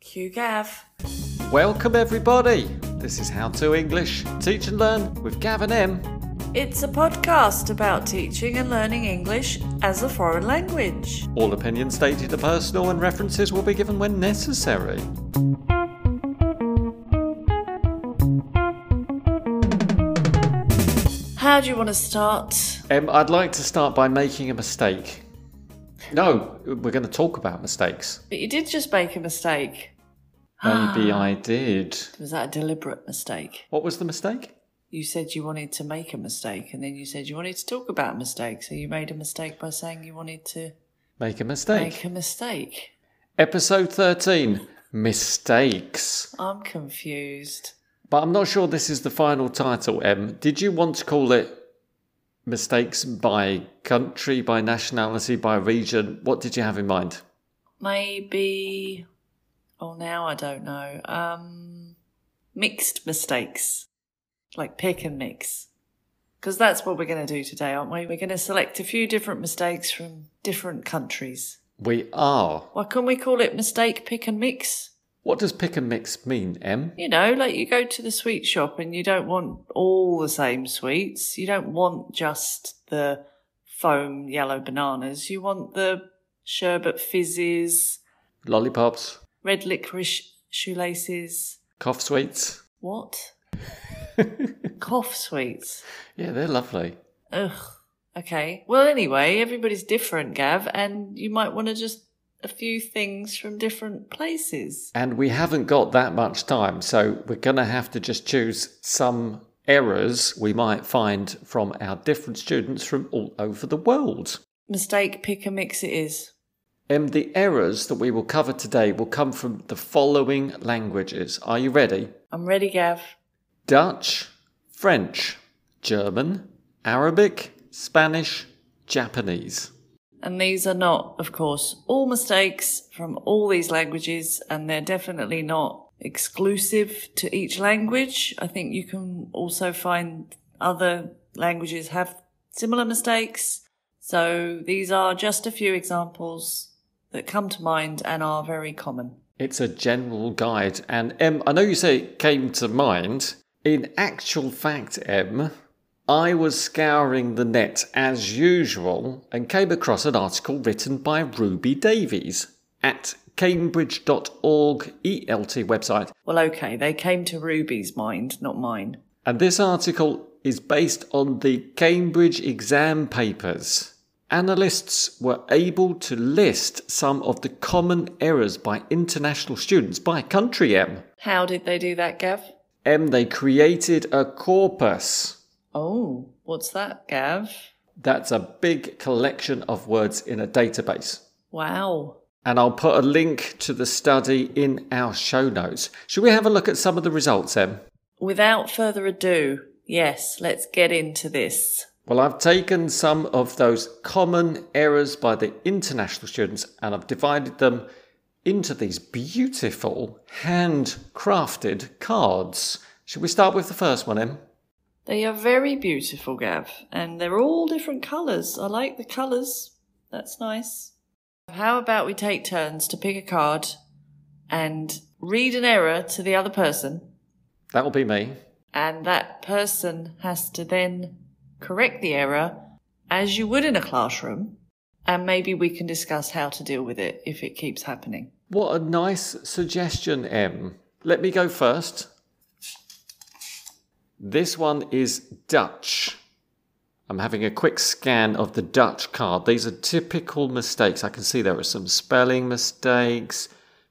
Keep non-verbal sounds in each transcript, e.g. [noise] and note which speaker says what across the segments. Speaker 1: Hugh Gav.
Speaker 2: Welcome, everybody. This is How to English Teach and Learn with Gav and M.
Speaker 1: It's a podcast about teaching and learning English as a foreign language.
Speaker 2: All opinions stated are personal and references will be given when necessary.
Speaker 1: How do you want to start?
Speaker 2: Em, I'd like to start by making a mistake. No, we're going to talk about mistakes.
Speaker 1: But you did just make a mistake. Ah.
Speaker 2: Maybe I did.
Speaker 1: Was that a deliberate mistake?
Speaker 2: What was the mistake?
Speaker 1: You said you wanted to make a mistake, and then you said you wanted to talk about mistakes. So you made a mistake by saying you wanted to
Speaker 2: Make a mistake.
Speaker 1: make a mistake.
Speaker 2: Episode 13 Mistakes.
Speaker 1: I'm confused.
Speaker 2: But I'm not sure this is the final title, Em. Did you want to call it Mistakes by Country, by Nationality, by Region? What did you have in mind?
Speaker 1: Maybe. Oh, now I don't know. Um, mixed mistakes, like pick and mix. Because that's what we're going to do today, aren't we? We're going to select a few different mistakes from different countries.
Speaker 2: We are.
Speaker 1: Why can not we call it mistake pick and mix?
Speaker 2: What does pick and mix mean, Em?
Speaker 1: You know, like you go to the sweet shop and you don't want all the same sweets. You don't want just the foam yellow bananas. You want the sherbet fizzes,
Speaker 2: Lollipops,
Speaker 1: red licorice shoelaces.
Speaker 2: cough sweets.
Speaker 1: What? Cough sweets.
Speaker 2: Yeah, they're lovely.
Speaker 1: Ugh. Okay. Well, anyway, everybody's different, Gav, and you might want to just a few things from different places.
Speaker 2: And we haven't got that much time, so we're going to have to just choose some errors we might find from our different students from all over the world.
Speaker 1: Mistake, pick and mix it is.
Speaker 2: Um, the errors that we will cover today will come from the following languages. Are you ready?
Speaker 1: I'm ready, Gav.
Speaker 2: Dutch, French, German, Arabic, Spanish, Japanese.
Speaker 1: And these are not, of course, all mistakes from all these languages, and they're definitely not exclusive to each language. I think you can also find other languages have similar mistakes. So these are just a few examples that come to mind and are very common.
Speaker 2: It's a general guide. And Em, I know you say it came to mind. In actual fact, Em, I was scouring the net as usual and came across an article written by Ruby Davies at cambridge.org ELT E website.
Speaker 1: Well, okay, they came to Ruby's mind, not mine.
Speaker 2: And this article is based on the Cambridge exam papers. Analysts were able to list some of the common errors by international students by country M.
Speaker 1: How did they do that, Gav?
Speaker 2: M, they created a corpus.
Speaker 1: Oh, what's that, Gav?
Speaker 2: That's a big collection of words in a database.
Speaker 1: Wow.
Speaker 2: And I'll put a link to the study in our show notes. Should we have a look at some of the results, Em?
Speaker 1: Without further ado, yes, let's get into this.
Speaker 2: Well, I've taken some of those common errors by the international students and I've divided them into these beautiful handcrafted cards. Should we start with the first one, Em?
Speaker 1: They are very beautiful, Gav, and they're all different colours. I like the colours. That's nice. How about we take turns to pick a card and read an error to the other person,
Speaker 2: That'll be me.
Speaker 1: and that person has to then correct the error as you would in a classroom, and maybe we can discuss how to deal with it if it keeps happening.
Speaker 2: What a nice suggestion, Em. Let me go first. This one is Dutch. I'm having a quick scan of the Dutch card. These are typical mistakes. I can see there are some spelling mistakes,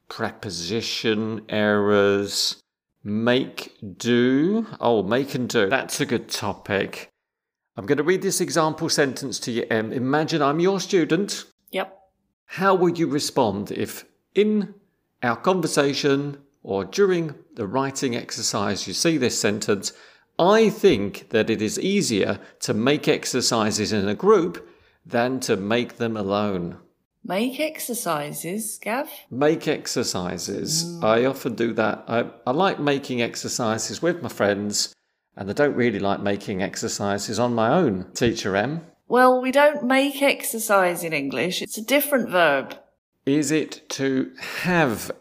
Speaker 2: preposition errors, make do. Oh, make and do. That's a good topic. I'm going to read this example sentence to you, Em. Imagine I'm your student.
Speaker 1: Yep.
Speaker 2: How would you respond if, in our conversation or during the writing exercise, you see this sentence? I think that it is easier to make exercises in a group than to make them alone.
Speaker 1: Make exercises, Gav.
Speaker 2: Make exercises. I often do that. I, I like making exercises with my friends, and I don't really like making exercises on my own. Teacher M.
Speaker 1: Well, we don't make exercise in English. It's a different verb.
Speaker 2: Is it to have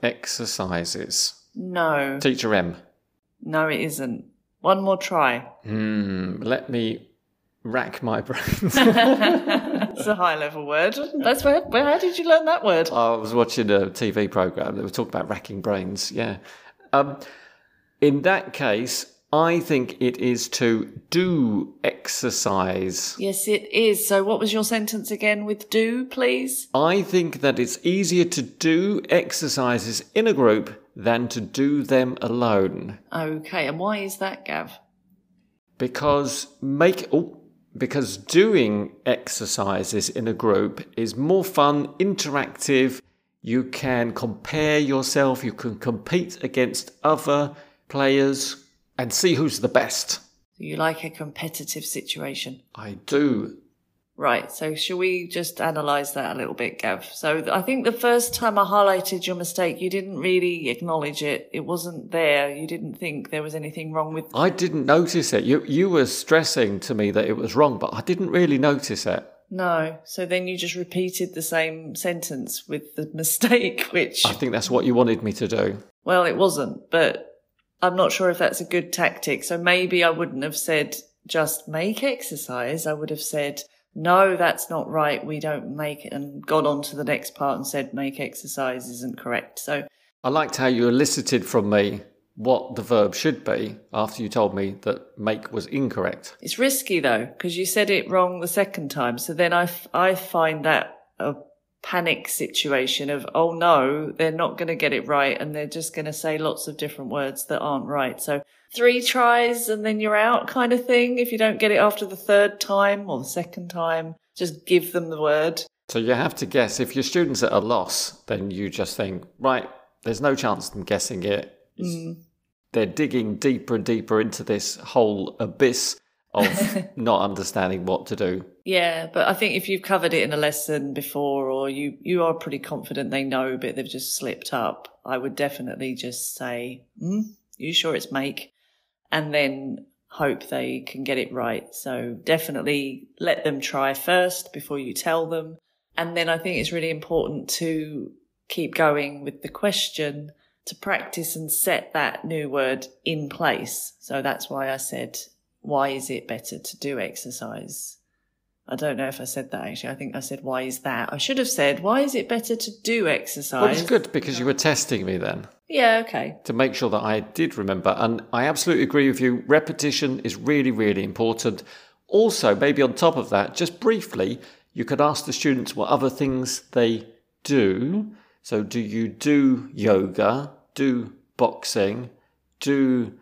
Speaker 2: exercises?
Speaker 1: No.
Speaker 2: Teacher M.
Speaker 1: No, it isn't. One more try.
Speaker 2: Hmm, let me rack my [laughs] brains.
Speaker 1: It's a high level word. That's where, where how did you learn that word?
Speaker 2: I was watching a TV program that was talking about racking brains. Yeah. Um, in that case, I think it is to do exercise.
Speaker 1: Yes, it is. So what was your sentence again with do, please?
Speaker 2: I think that it's easier to do exercises in a group than to do them alone
Speaker 1: Okay, and why is that, Gav?
Speaker 2: because make oh, because doing exercises in a group is more fun, interactive. You can compare yourself, you can compete against other players and see who's the best.
Speaker 1: You like a competitive situation.
Speaker 2: I do.
Speaker 1: Right, so shall we just analyse that a little bit, Gav? So th- I think the first time I highlighted your mistake, you didn't really acknowledge it. It wasn't there. You didn't think there was anything wrong with
Speaker 2: I didn't notice it. You you were stressing to me that it was wrong, but I didn't really notice it.
Speaker 1: No. So then you just repeated the same sentence with the [laughs] mistake, which,
Speaker 2: I think that's what you wanted me to do.
Speaker 1: well, it wasn't, but I'm not sure if that's a good tactic. So maybe I wouldn't have said just make exercise. I would have said, no, that's not right. We don't make it and gone on to the next part and said make exercise isn't correct. So
Speaker 2: I liked how you elicited from me what the verb should be after you told me that make was incorrect.
Speaker 1: it's risky though, because you said it wrong the second time. So then I, f- I find that a panic situation of, oh no, they're not going to get it right. And they're just going to say lots of different words that aren't right. So three tries and then you're out kind of thing. If you don't get it after the third time or the second time, just give them the word.
Speaker 2: So you have to guess. If your student's at a loss, then you just think, right, there's no chance of them guessing it. It's- They're digging deeper and deeper into this whole abyss of not understanding what to do.
Speaker 1: Yeah, but I think if you've covered it in a lesson before or you, you are pretty confident they know, but they've just slipped up, I would definitely just say, mm, you sure it's make? And then hope they can get it right. So definitely let them try first before you tell them. And then I think it's really important to keep going with the question to practice and set that new word in place. So that's why I said, why is it better to do exercise? I don't know if I said that actually. I think I said, why is that? I should have said, why is it better to do exercise?
Speaker 2: Well, it's good because you were testing me then
Speaker 1: Yeah, okay.
Speaker 2: to make sure that I did remember. And I absolutely agree with you. Repetition is really, really important. Also, maybe on top of that, just briefly, you could ask the students what other things they do. So, do you do yoga? Do boxing? Do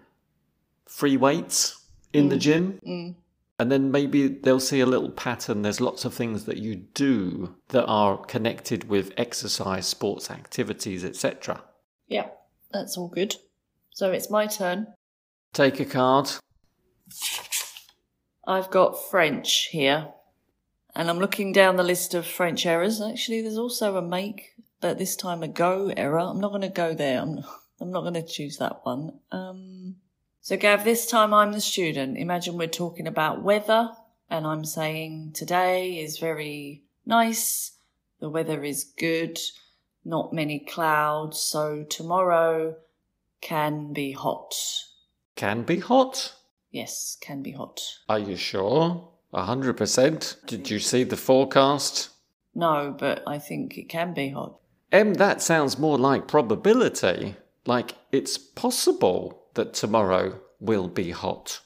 Speaker 2: free weights in the gym?
Speaker 1: Mm,
Speaker 2: And then maybe they'll see a little pattern. There's lots of things that you do that are connected with exercise, sports activities, etc.
Speaker 1: Yeah, that's all good. So it's my turn.
Speaker 2: Take a card.
Speaker 1: I've got French here. And I'm looking down the list of French errors. Actually, there's also a make, but this time a go error. I'm not going to go there. I'm, [laughs] I'm not going to choose that one. Um, so, Gav, this time I'm the student. Imagine we're talking about weather, and I'm saying today is very nice. The weather is good, not many clouds. So, tomorrow can be hot.
Speaker 2: Can be hot.
Speaker 1: Yes, can be hot.
Speaker 2: Are you sure? A 100%. Did you see the forecast?
Speaker 1: No, but I think it can be hot.
Speaker 2: Em, that sounds more like probability. Like it's possible that tomorrow will be hot.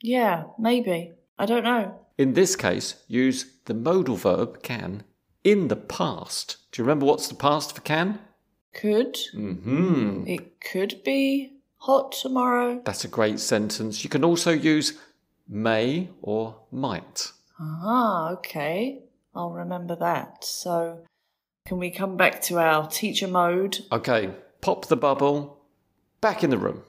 Speaker 1: Yeah, maybe. I don't know.
Speaker 2: In this case, use the modal verb can in the past. Do you remember what's the past for can?
Speaker 1: Could.
Speaker 2: hmm
Speaker 1: It could be hot tomorrow.
Speaker 2: That's a great sentence. You can also use may or might.
Speaker 1: Ah, okay. I'll remember that. So, can we come back to our teacher mode?
Speaker 2: Okay, pop the bubble. Back in the room.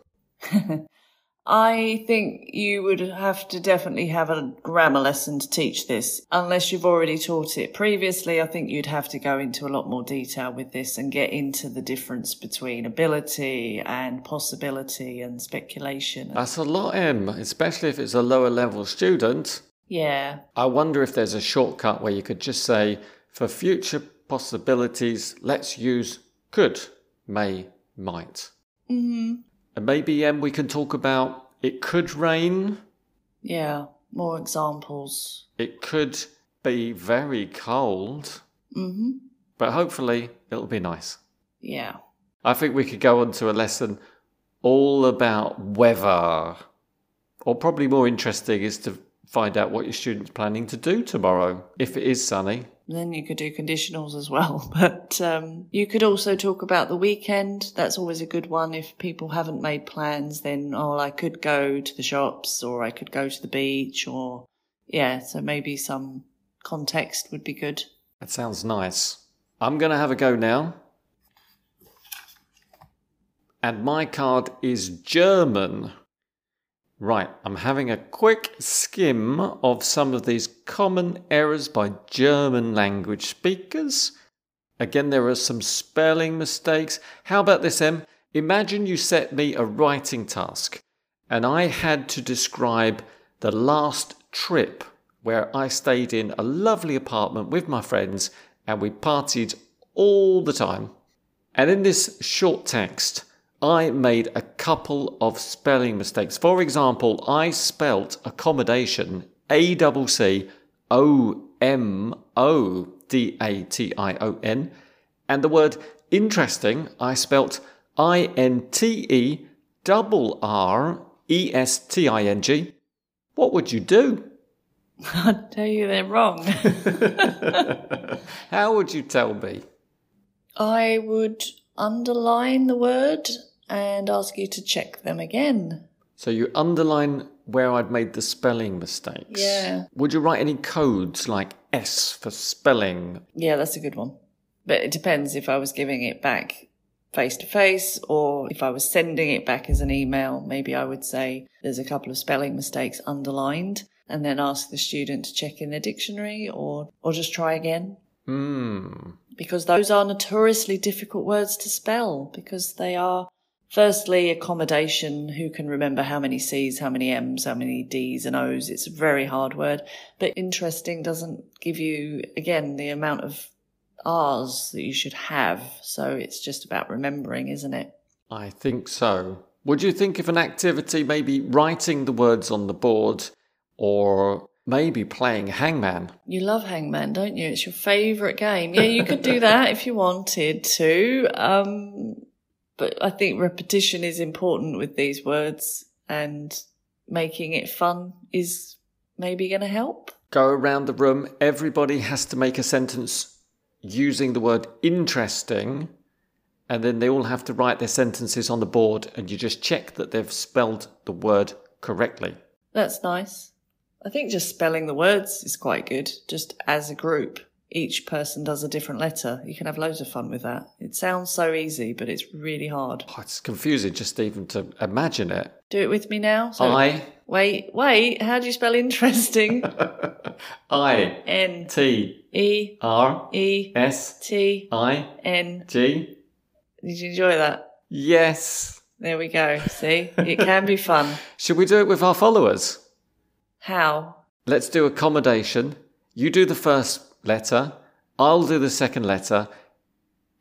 Speaker 1: I think you would have to definitely have a grammar lesson to teach this. Unless you've already taught it previously, I think you'd have to go into a lot more detail with this and get into the difference between ability and possibility and speculation.
Speaker 2: That's a lot, Em, especially if it's a lower level student.
Speaker 1: yeah,
Speaker 2: I wonder if there's a shortcut where you could just say, for future possibilities. Let's use could, may, might. And maybe um, we can talk about it could rain.
Speaker 1: Yeah. More examples.
Speaker 2: It could be very cold,
Speaker 1: hmm.
Speaker 2: but hopefully it'll be nice.
Speaker 1: Yeah.
Speaker 2: I think we could go on to a lesson all about weather. Or probably more interesting is to find out what your student's planning to do tomorrow if it is sunny.
Speaker 1: Then you could do conditionals as well. [laughs] But um, you could also talk about the weekend. That's always a good one. If people haven't made plans, then, oh, I could go to the shops or I could go to the beach or, yeah, so maybe some context would be good. [laughs]
Speaker 2: That sounds nice. I'm going to have a go now. And my card is German. Right, I'm having a quick skim of some of these common errors by German language speakers. Again, there are some spelling mistakes. How about this, Em? Imagine you set me a writing task and I had to describe the last trip where I stayed in a lovely apartment with my friends and we partied all the time. And in this short text, I made a couple of spelling mistakes. For example, I spelt accommodation A double C O M O D A T I O N, and the word interesting I spelt I N T E double R E S T I N G. What would you do?
Speaker 1: I tell you they're wrong. [laughs]
Speaker 2: How would you tell me?
Speaker 1: I would underline the word and ask you to check them again.
Speaker 2: So you underline where I'd made the spelling mistakes.
Speaker 1: Yeah.
Speaker 2: Would you write any codes like S for spelling?
Speaker 1: Yeah, that's a good one. But it depends if I was giving it back face to face or if I was sending it back as an email. Maybe I would say there's a couple of spelling mistakes underlined and then ask the student to check in their dictionary or, or just try again.
Speaker 2: Hmm.
Speaker 1: Because those are notoriously difficult words to spell because they are firstly accommodation. Who can remember how many C's, how many M's, how many D's and O's? It's a very hard word, but interesting doesn't give you again the amount of R's that you should have. So it's just about remembering, isn't it?
Speaker 2: I think so. Would you think of an activity, maybe writing the words on the board or maybe playing hangman?
Speaker 1: You love Hangman, don't you? It's your favourite game. Yeah, you could do that if you wanted to. Um, but I think repetition is important with these words and making it fun is maybe going to help.
Speaker 2: Go around the room. Everybody has to make a sentence using the word interesting. And then they all have to write their sentences on the board, and you just check that they've spelled the word correctly.
Speaker 1: That's nice. I think just spelling the words is quite good, just as a group. Each person does a different letter. You can have loads of fun with that. It sounds so easy, but it's really hard.
Speaker 2: Oh, it's confusing just even to imagine it.
Speaker 1: Do it with me now. So-
Speaker 2: I, [laughs]
Speaker 1: Wait, wait. How do you spell interesting?
Speaker 2: I,
Speaker 1: N
Speaker 2: T,
Speaker 1: E
Speaker 2: R,
Speaker 1: E
Speaker 2: S,
Speaker 1: T
Speaker 2: I,
Speaker 1: N.
Speaker 2: G.
Speaker 1: Did you enjoy that?
Speaker 2: Yes.
Speaker 1: There we go. See, it can be fun.
Speaker 2: Should we do it with our followers?
Speaker 1: How?
Speaker 2: Let's do accommodation. You do the first letter, I'll do the second letter,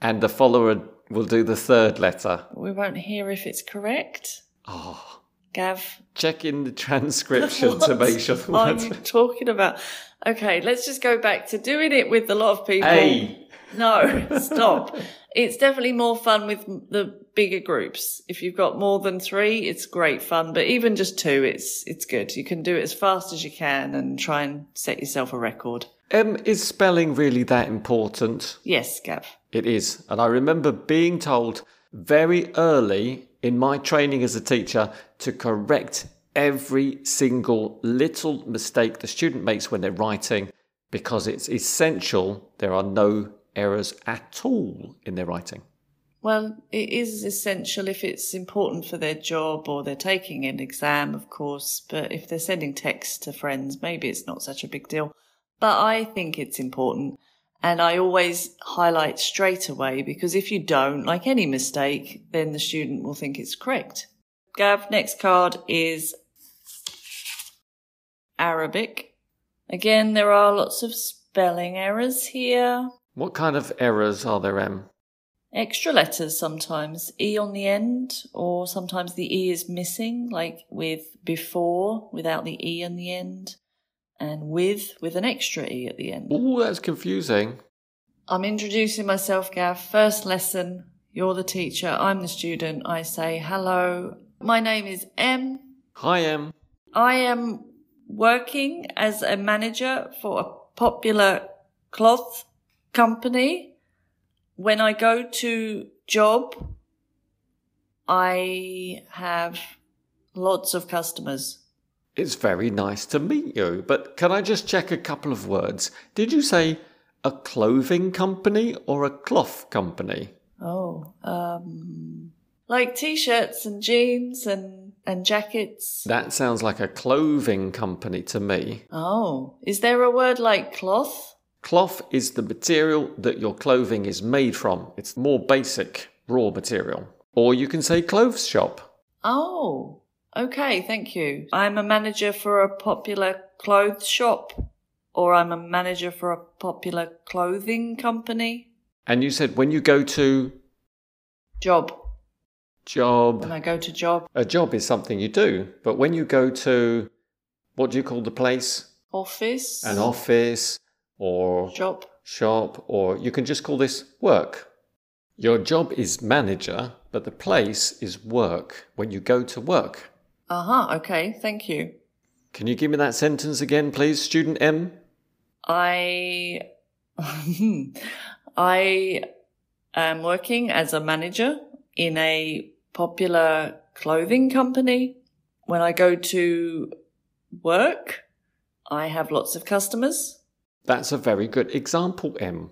Speaker 2: and the follower will do the third letter.
Speaker 1: We won't hear if it's correct.
Speaker 2: Oh,
Speaker 1: Gav,
Speaker 2: check in the [laughs] transcription to
Speaker 1: What
Speaker 2: make sure the
Speaker 1: are
Speaker 2: words.
Speaker 1: you talking about? Okay, let's just go back to doing it with a lot of people.
Speaker 2: A.
Speaker 1: No, [laughs] stop. It's definitely more fun with the bigger groups. If you've got more than three, it's great fun. But even just two, it's it's good. You can do it as fast as you can and try and set yourself a record.
Speaker 2: M is spelling really that important?
Speaker 1: Yes, Gav.
Speaker 2: It is. And I remember being told very early in my training as a teacher to correct every single little mistake the student makes when they're writing because it's essential there are no errors at all in their writing.
Speaker 1: Well, it is essential if it's important for their job or they're taking an exam, of course, but if they're sending texts to friends, maybe it's not such a big deal. But I think it's important. And I always highlight straight away because if you don't, like any mistake, then the student will think it's correct. Gav, next card is Arabic. Again, there are lots of spelling errors here.
Speaker 2: What kind of errors are there, Em?
Speaker 1: Extra letters sometimes, E on the end, or sometimes the E is missing, like with before without the E on the end, and with with an extra E at the end.
Speaker 2: Ooh, that's confusing.
Speaker 1: I'm introducing myself, Gav. First lesson, you're the teacher, I'm the student. I say hello. My name is M.
Speaker 2: Hi, Em.
Speaker 1: I am working as a manager for a popular cloth company. When I go to job, I have lots of customers.
Speaker 2: It's very nice to meet you, but can I just check a couple of words? Did you say a clothing company or a cloth company?
Speaker 1: Oh, um, like t-shirts and jeans and, and jackets.
Speaker 2: That sounds like a clothing company to me.
Speaker 1: Oh, is there a word like cloth?
Speaker 2: Cloth is the material that your clothing is made from. It's more basic, raw material. Or you can say clothes shop.
Speaker 1: Oh, okay, thank you. I'm a manager for a popular clothes shop, or I'm a manager for a popular clothing company.
Speaker 2: And you said when you go to
Speaker 1: Job. When
Speaker 2: job,
Speaker 1: I go to job,
Speaker 2: a job is something you do, but when you go to what do you call the place?
Speaker 1: office,
Speaker 2: An office or
Speaker 1: job.
Speaker 2: shop, or you can just call this work. Your job is manager, but the place is work when you go to work.
Speaker 1: Uh huh. Okay, thank you.
Speaker 2: Can you give me that sentence again, please, student M?
Speaker 1: I, [laughs] I am working as a manager in a popular clothing company. When I go to work, I have lots of customers.
Speaker 2: That's a very good example, M.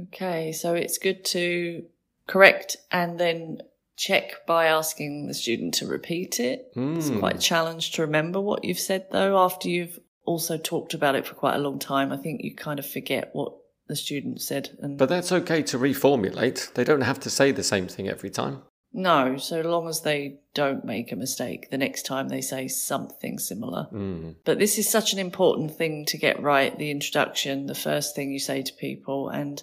Speaker 1: Okay, so it's good to correct and then check by asking the student to repeat it. It's
Speaker 2: Mm.
Speaker 1: quite a challenge to remember what you've said though after you've also talked about it for quite a long time. I think you kind of forget what the student said and
Speaker 2: But that's okay to reformulate. They don't have to say the same thing every time.
Speaker 1: no, so long as they don't make a mistake the next time they say something similar.
Speaker 2: Mm.
Speaker 1: But this is such an important thing to get right the introduction, the first thing you say to people. And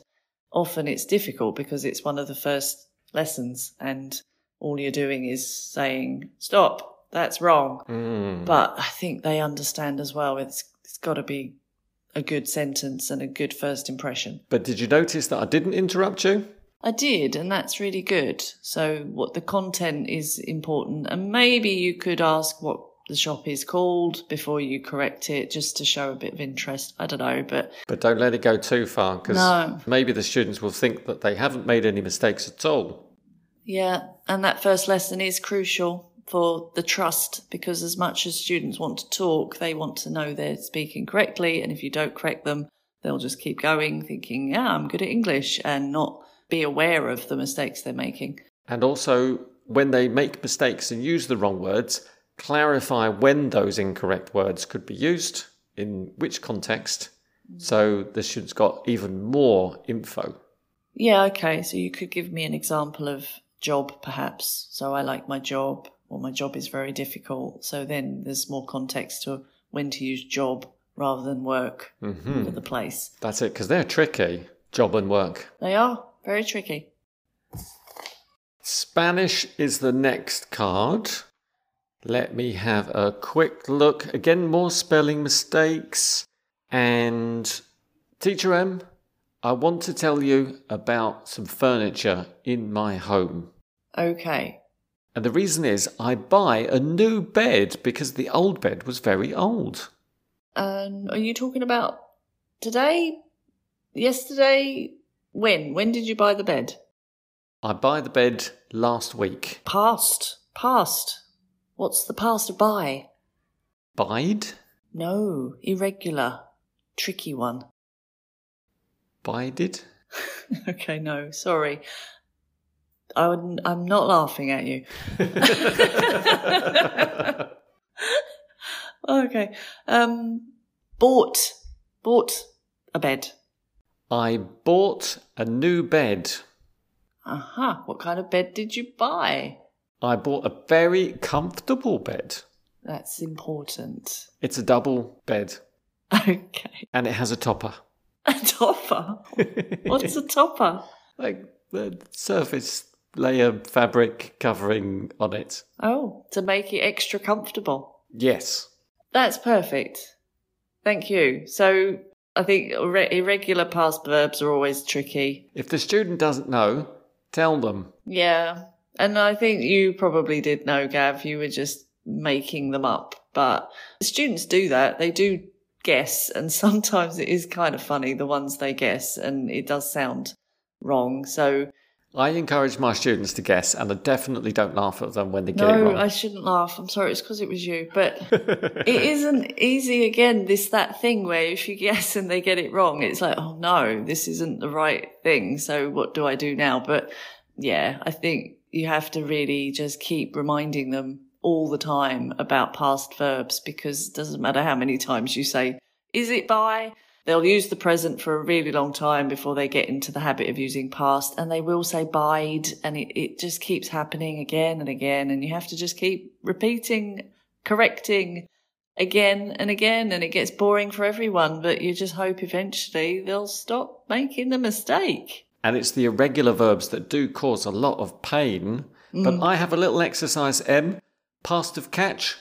Speaker 1: often it's difficult because it's one of the first lessons, and all you're doing is saying, Stop, that's wrong.
Speaker 2: Mm.
Speaker 1: But I think they understand as well. It's, it's got to be a good sentence and a good first impression.
Speaker 2: But did you notice that I didn't interrupt you?
Speaker 1: I did, and that's really good. So, what the content is important, and maybe you could ask what the shop is called before you correct it, just to show a bit of interest. I don't know, but
Speaker 2: But don't let it go too far because
Speaker 1: No.
Speaker 2: maybe the students will think that they haven't made any mistakes at all.
Speaker 1: yeah, and that first lesson is crucial for the trust because as much as students want to talk, they want to know they're speaking correctly, and if you don't correct them, they'll just keep going, thinking, "Yeah, I'm good at English," and not be aware of the mistakes they're making.
Speaker 2: And also, when they make mistakes and use the wrong words, clarify when those incorrect words could be used, in which context, so the students got even more info.
Speaker 1: Yeah, okay. So you could give me an example of job, perhaps. So I like my job, or my job is very difficult. So then there's more context to when to use job rather than work
Speaker 2: Hmm.
Speaker 1: for the place.
Speaker 2: Mm-hmm. That's it, because they're tricky, job and work.
Speaker 1: They are very tricky.
Speaker 2: Spanish is the next card. Let me have a quick look. Again, more spelling mistakes. And Teacher M, I want to tell you about some furniture in my home.
Speaker 1: Okay.
Speaker 2: And the reason is I buy a new bed because the old bed was very old.
Speaker 1: Um, are you talking about today? Yesterday? When? When did you buy the bed?
Speaker 2: I buy the bed last week.
Speaker 1: Past. Past. What's the past of buy?
Speaker 2: Bide?
Speaker 1: No. Irregular. Tricky one. [laughs]
Speaker 2: Bided?
Speaker 1: Okay, no, sorry. I would, I'm not laughing at [laughs] you. okay. Um, bought, bought a bed.
Speaker 2: I bought a new bed.
Speaker 1: Aha. Uh-huh. What kind of bed did you buy?
Speaker 2: I bought a very comfortable bed.
Speaker 1: That's important. [laughs]
Speaker 2: It's a double bed
Speaker 1: Okay.
Speaker 2: and it has a topper.
Speaker 1: A topper? What's a topper?
Speaker 2: Like the surface layer fabric covering on it.
Speaker 1: Oh, to make it extra comfortable.
Speaker 2: Yes.
Speaker 1: That's perfect. Thank you. So I think irre- irregular past verbs are always tricky.
Speaker 2: If the student doesn't know, tell them.
Speaker 1: Yeah. And I think you probably did know, Gav. You were just making them up. But students do that. They do guess. And [laughs] sometimes it is kind of funny, the ones they guess, and it does sound wrong. So,
Speaker 2: I encourage my students to guess, and I definitely don't laugh at them when they get it
Speaker 1: no,
Speaker 2: wrong. [laughs]
Speaker 1: I shouldn't laugh. I'm sorry. It's because it was you. But [laughs] it isn't easy again, this, that thing where if you guess and they get it wrong, it's like, oh no, this isn't the right thing. So what do I do now? But yeah, I think you have to really just keep reminding them all the time about past verbs because it doesn't matter how many times you say, is it by? They'll use the present for a really long time before they get into the habit of using past and they will say bide and it, it just keeps happening again and again. And you have to just keep repeating, correcting again and again and it gets boring for everyone. But you just hope eventually they'll stop making the mistake.
Speaker 2: and it's the irregular verbs that do cause a lot of pain.
Speaker 1: Mm.
Speaker 2: But I have a little exercise M past of catch,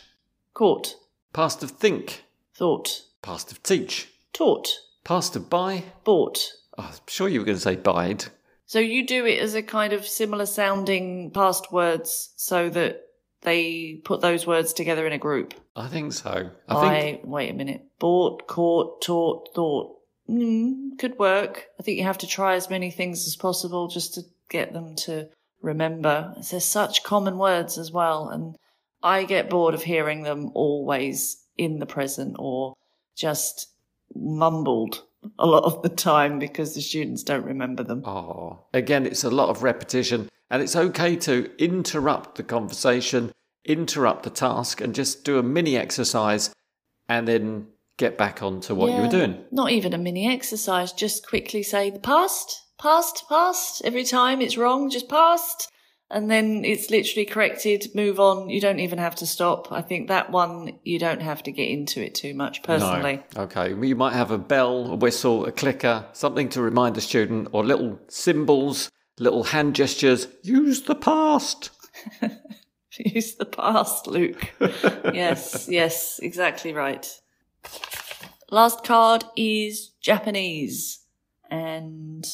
Speaker 1: Caught,
Speaker 2: past of think,
Speaker 1: thought,
Speaker 2: past of teach,
Speaker 1: taught,
Speaker 2: past of buy.
Speaker 1: bought.
Speaker 2: Oh, I'm sure you were going to say bide.
Speaker 1: So you do it as a kind of similar sounding past words so that they put those words together in a group.
Speaker 2: I think so. I
Speaker 1: I,
Speaker 2: think
Speaker 1: wait a minute. Bought, caught, taught, thought. Mm, could work. I think you have to try as many things as possible just to get them to remember. There's such common words as well, and I get bored of hearing them always in the present or just mumbled a lot of the time because the students don't remember them.
Speaker 2: Oh, again, it's a lot of repetition, and it's okay to interrupt the conversation, interrupt the task, and just do a mini exercise and then get back on to what you were
Speaker 1: Yeah.
Speaker 2: doing.
Speaker 1: Not even a mini exercise, just quickly say the past, past, past. Every time it's wrong, just past. And then it's literally corrected, move on. You don't even have to stop. I think that one, you don't have to get into it too much personally.
Speaker 2: No. Okay. Well, You might have a bell, a whistle, a clicker, something to remind the student, or little symbols, little hand gestures. Use the past.
Speaker 1: [laughs] Use the past, Luke. yes, yes, exactly right. Last card is Japanese. And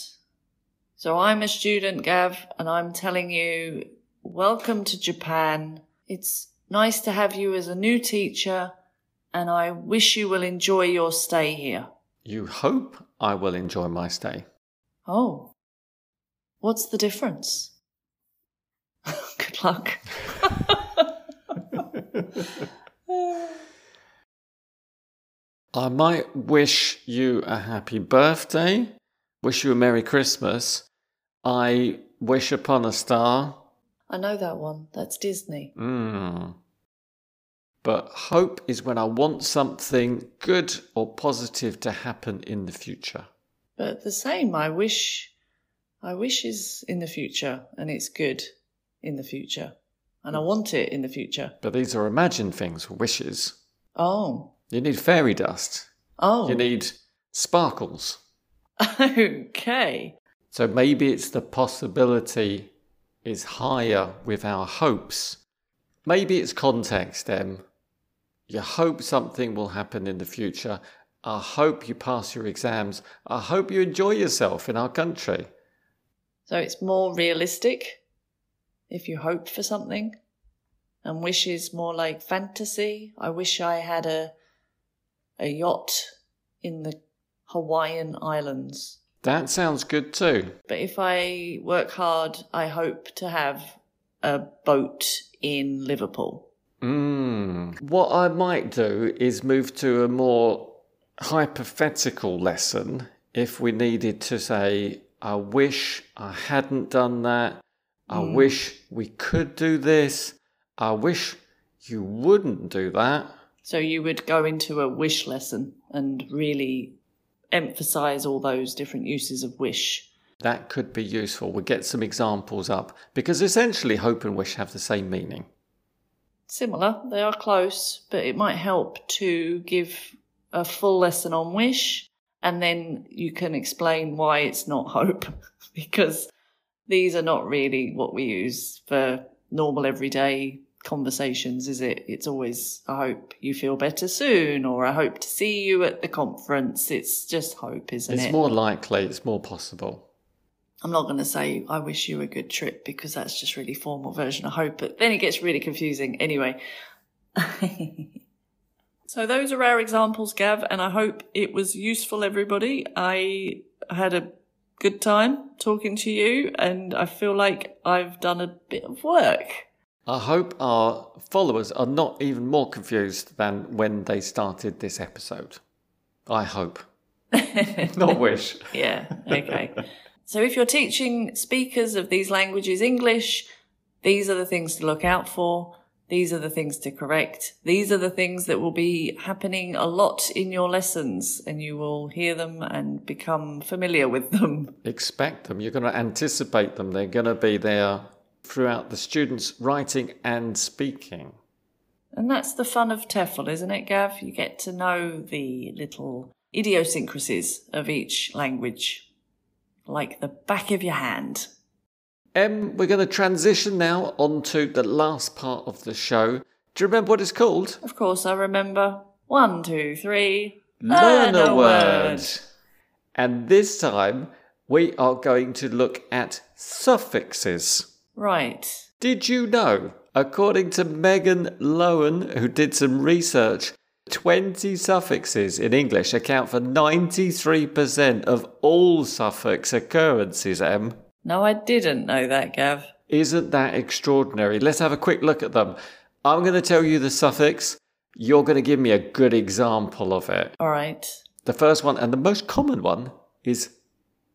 Speaker 1: so I'm a student, Gav, and I'm telling you, welcome to Japan. It's nice to have you as a new teacher, and I wish you will enjoy your stay here.
Speaker 2: You hope I will enjoy my stay.
Speaker 1: Oh, what's the difference? [laughs] Good luck. [laughs]
Speaker 2: I might wish you a happy birthday, wish you a Merry Christmas. I wish upon a star.
Speaker 1: I know that one. That's Disney.
Speaker 2: Mm. But hope is when I want something good or positive to happen in the future.
Speaker 1: But the same, I wish, I wish is in the future and it's good in the future and I want it in the future.
Speaker 2: But these are imagined things, wishes.
Speaker 1: Oh,
Speaker 2: You need fairy dust.
Speaker 1: oh,
Speaker 2: You need sparkles.
Speaker 1: [laughs] okay.
Speaker 2: So maybe it's the possibility is higher with our hopes. Maybe it's context, Em. You hope something will happen in the future. I hope you pass your exams. I hope you enjoy yourself in our country.
Speaker 1: So it's more realistic if you hope for something and wish is more like fantasy. I wish I had a, a yacht in the Hawaiian Islands.
Speaker 2: That sounds good too.
Speaker 1: But if I work hard, I hope to have a boat in Liverpool.
Speaker 2: Mm. What I might do is move to a more hypothetical lesson if we needed to say, I wish I hadn't done that. I
Speaker 1: Mm.
Speaker 2: wish we could do this. I wish you wouldn't do that.
Speaker 1: So you would go into a wish lesson and really emphasize all those different uses of wish.
Speaker 2: That could be useful. We'll get some examples up because essentially hope and wish have the same meaning.
Speaker 1: Similar, they are close, but it might help to give a full lesson on wish And then you can explain why it's not [laughs] hope because these are not really what we use for normal everyday conversations, is it? It's always, I hope you feel better soon, or I hope to see you at the conference. It's just hope, isn't
Speaker 2: It's
Speaker 1: it?
Speaker 2: more likely, it's more possible.
Speaker 1: I'm not going to say I wish you a good trip because that's just really formal version of hope, but then it gets really confusing anyway. [laughs] so those are our examples, Gav, and I hope it was useful, everybody. I had a good time talking to you and I feel like I've done a bit of [laughs] work.
Speaker 2: I hope our followers are not even more confused than when they started this episode. I hope. [laughs] not wish.
Speaker 1: Yeah, okay. so if you're teaching speakers of these languages English, these are the things to look out for. These are the things to correct. These are the things that will be happening a lot in your lessons and you will hear them and become familiar with them.
Speaker 2: Expect them. You're going to anticipate them. They're going to be there throughout the students' writing and speaking.
Speaker 1: And that's the fun of TEFL, isn't it, Gav? You get to know the little idiosyncrasies of each language like the back of your hand.
Speaker 2: Um, we're going to transition now onto the last part of the show. Do you remember what it's called?
Speaker 1: Of course, I remember. One, two, three.
Speaker 2: Learn a word. And this time we are going to look at suffixes.
Speaker 1: Right.
Speaker 2: Did you know, according to Megan Lowen, who did some research, 20 suffixes in English account for 93% of all suffix occurrences, Em?
Speaker 1: No, I didn't know that, Gav.
Speaker 2: Isn't that extraordinary? Let's have a quick look at them. I'm going to tell you the suffix. You're going to give me a good example of it.
Speaker 1: All right.
Speaker 2: The first one and the most common one is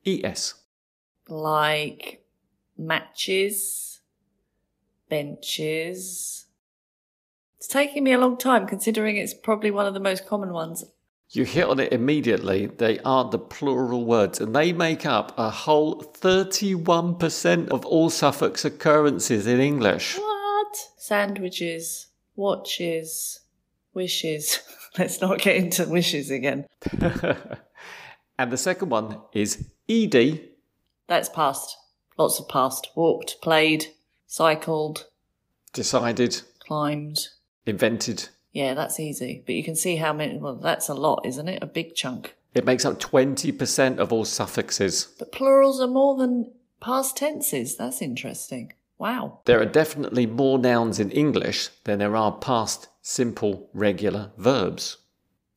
Speaker 2: E ES.
Speaker 1: Like matches, benches. It's taking me a long time considering it's probably one of the most common ones.
Speaker 2: You hit on it immediately. They are the plural words, and they make up a whole 31% of all suffix occurrences in English. [laughs]
Speaker 1: What? Sandwiches, watches, wishes. [laughs] Let's not get into wishes again.
Speaker 2: and the second one is E ed.
Speaker 1: That's past. Lots of past. Walked, played, cycled,
Speaker 2: Decided,
Speaker 1: climbed.
Speaker 2: invented.
Speaker 1: Yeah, that's easy. But you can see how many, well, that's a lot, isn't it? A big chunk.
Speaker 2: It makes up 20% of all suffixes.
Speaker 1: But plurals are more than past tenses. That's interesting. Wow.
Speaker 2: There are definitely more nouns in English than there are past simple regular verbs.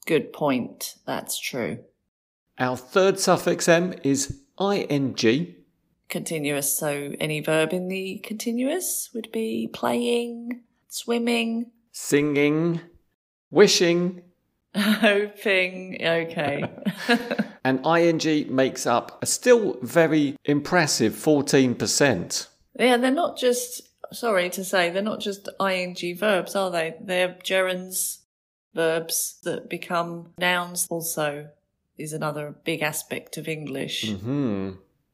Speaker 1: Good point. That's true.
Speaker 2: Our third suffix m is ing.
Speaker 1: Continuous. So any verb in the continuous would be playing, swimming, [laughs]
Speaker 2: singing, wishing,
Speaker 1: hoping. Okay.
Speaker 2: and ing makes up a still very impressive 14%.
Speaker 1: yeah, they're not just, sorry to say, they're not just ing verbs, are they? They're gerunds, verbs that become nouns also is another big aspect of English.
Speaker 2: Hmm.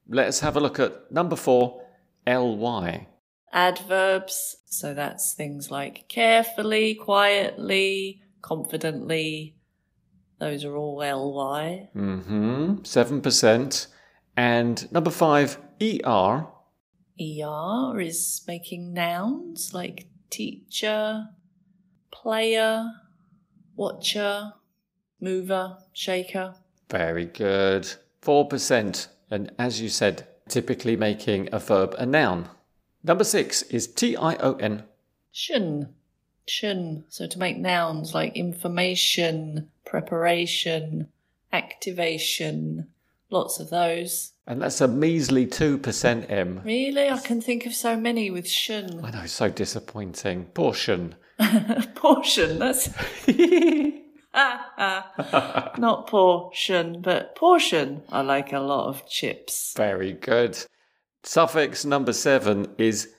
Speaker 2: Let's have a look at number four, ly.
Speaker 1: adverbs. So that's things like carefully, quietly, confidently. Those are all ly.
Speaker 2: Hmm. 7%. And number five, er.
Speaker 1: Er is making nouns like teacher, player, watcher, mover, shaker.
Speaker 2: Very good. 4%. And as you said, typically making a verb a noun. Number six is tion.
Speaker 1: Shun. Shun. So to make nouns like information, preparation, activation. Lots of those.
Speaker 2: And that's a measly 2% M.
Speaker 1: Really? I can think of so many with
Speaker 2: I
Speaker 1: shun. [laughs]
Speaker 2: know, so disappointing. Portion.
Speaker 1: Portion, that's. [laughs] Not portion, but portion. I like a lot of chips.
Speaker 2: Very good. Suffix number seven is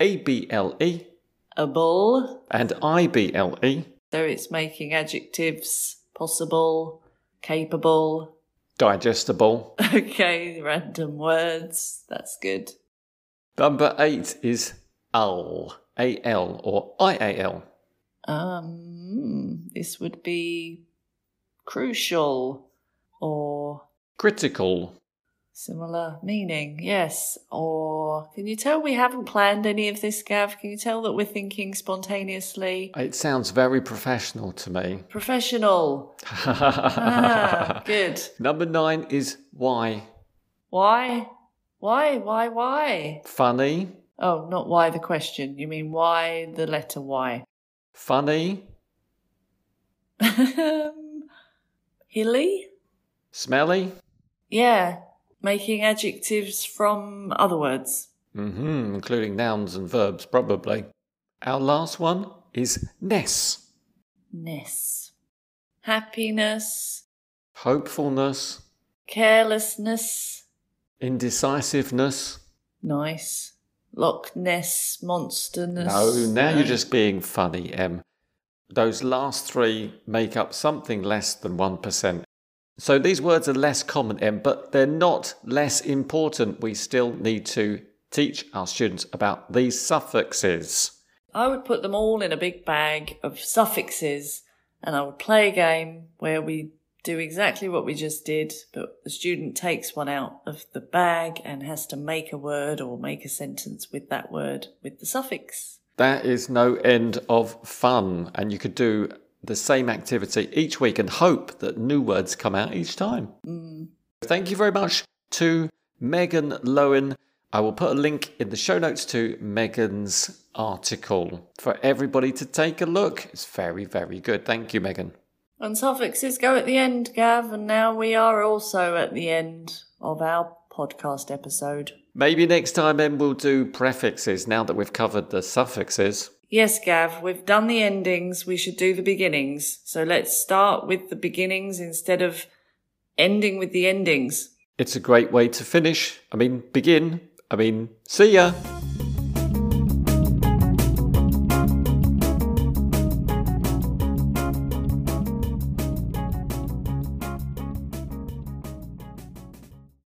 Speaker 2: able
Speaker 1: A bull.
Speaker 2: E and ible.
Speaker 1: So it's making adjectives possible, capable. [laughs]
Speaker 2: Digestible.
Speaker 1: Okay, random words. That's good.
Speaker 2: number eight is al, al or ial.
Speaker 1: Um, this would be crucial, or
Speaker 2: Critical.
Speaker 1: similar meaning. Yes. Or can you tell we haven't planned any of this, Gav? Can you tell that we're thinking spontaneously?
Speaker 2: It sounds very professional to me.
Speaker 1: Professional.
Speaker 2: [laughs]
Speaker 1: Ah, good.
Speaker 2: Number nine is why.
Speaker 1: Why? Why? Why? Why?
Speaker 2: Funny,
Speaker 1: Oh, not why the question. You mean why the letter Y?
Speaker 2: funny,
Speaker 1: Um, Hilly?
Speaker 2: smelly.
Speaker 1: Yeah, making adjectives from other words.
Speaker 2: hmm including nouns and verbs, probably. Our last one is ness.
Speaker 1: Ness. Happiness,
Speaker 2: Hopefulness,
Speaker 1: carelessness,
Speaker 2: indecisiveness.
Speaker 1: nice. Loch Ness, monsterness.
Speaker 2: No, now you're just being funny, Em. Those last three make up something less than 1%. So these words are less common, Em, but they're not less important. We still need to teach our students about these suffixes.
Speaker 1: I would put them all in a big bag of suffixes and I would play a game where we do exactly what we just did, but the student takes one out of the bag and has to make a word or make a sentence with that word with the suffix.
Speaker 2: That is no end of fun, and you could do the same activity each week and hope that new words come out each time. Thank you very much to Megan Lowen. I will put a link in the show notes to Megan's article for everybody to take a look. It's very, very good. Thank you, Megan.
Speaker 1: And suffixes go at the end, Gav, and now we are also at the end of our podcast episode.
Speaker 2: Maybe next time, then we'll do prefixes now that we've covered the suffixes.
Speaker 1: Yes, Gav, we've done the endings. We should do the beginnings. So let's start with the beginnings instead of ending with the endings.
Speaker 2: It's a great way to finish. I mean, begin. I mean, see ya.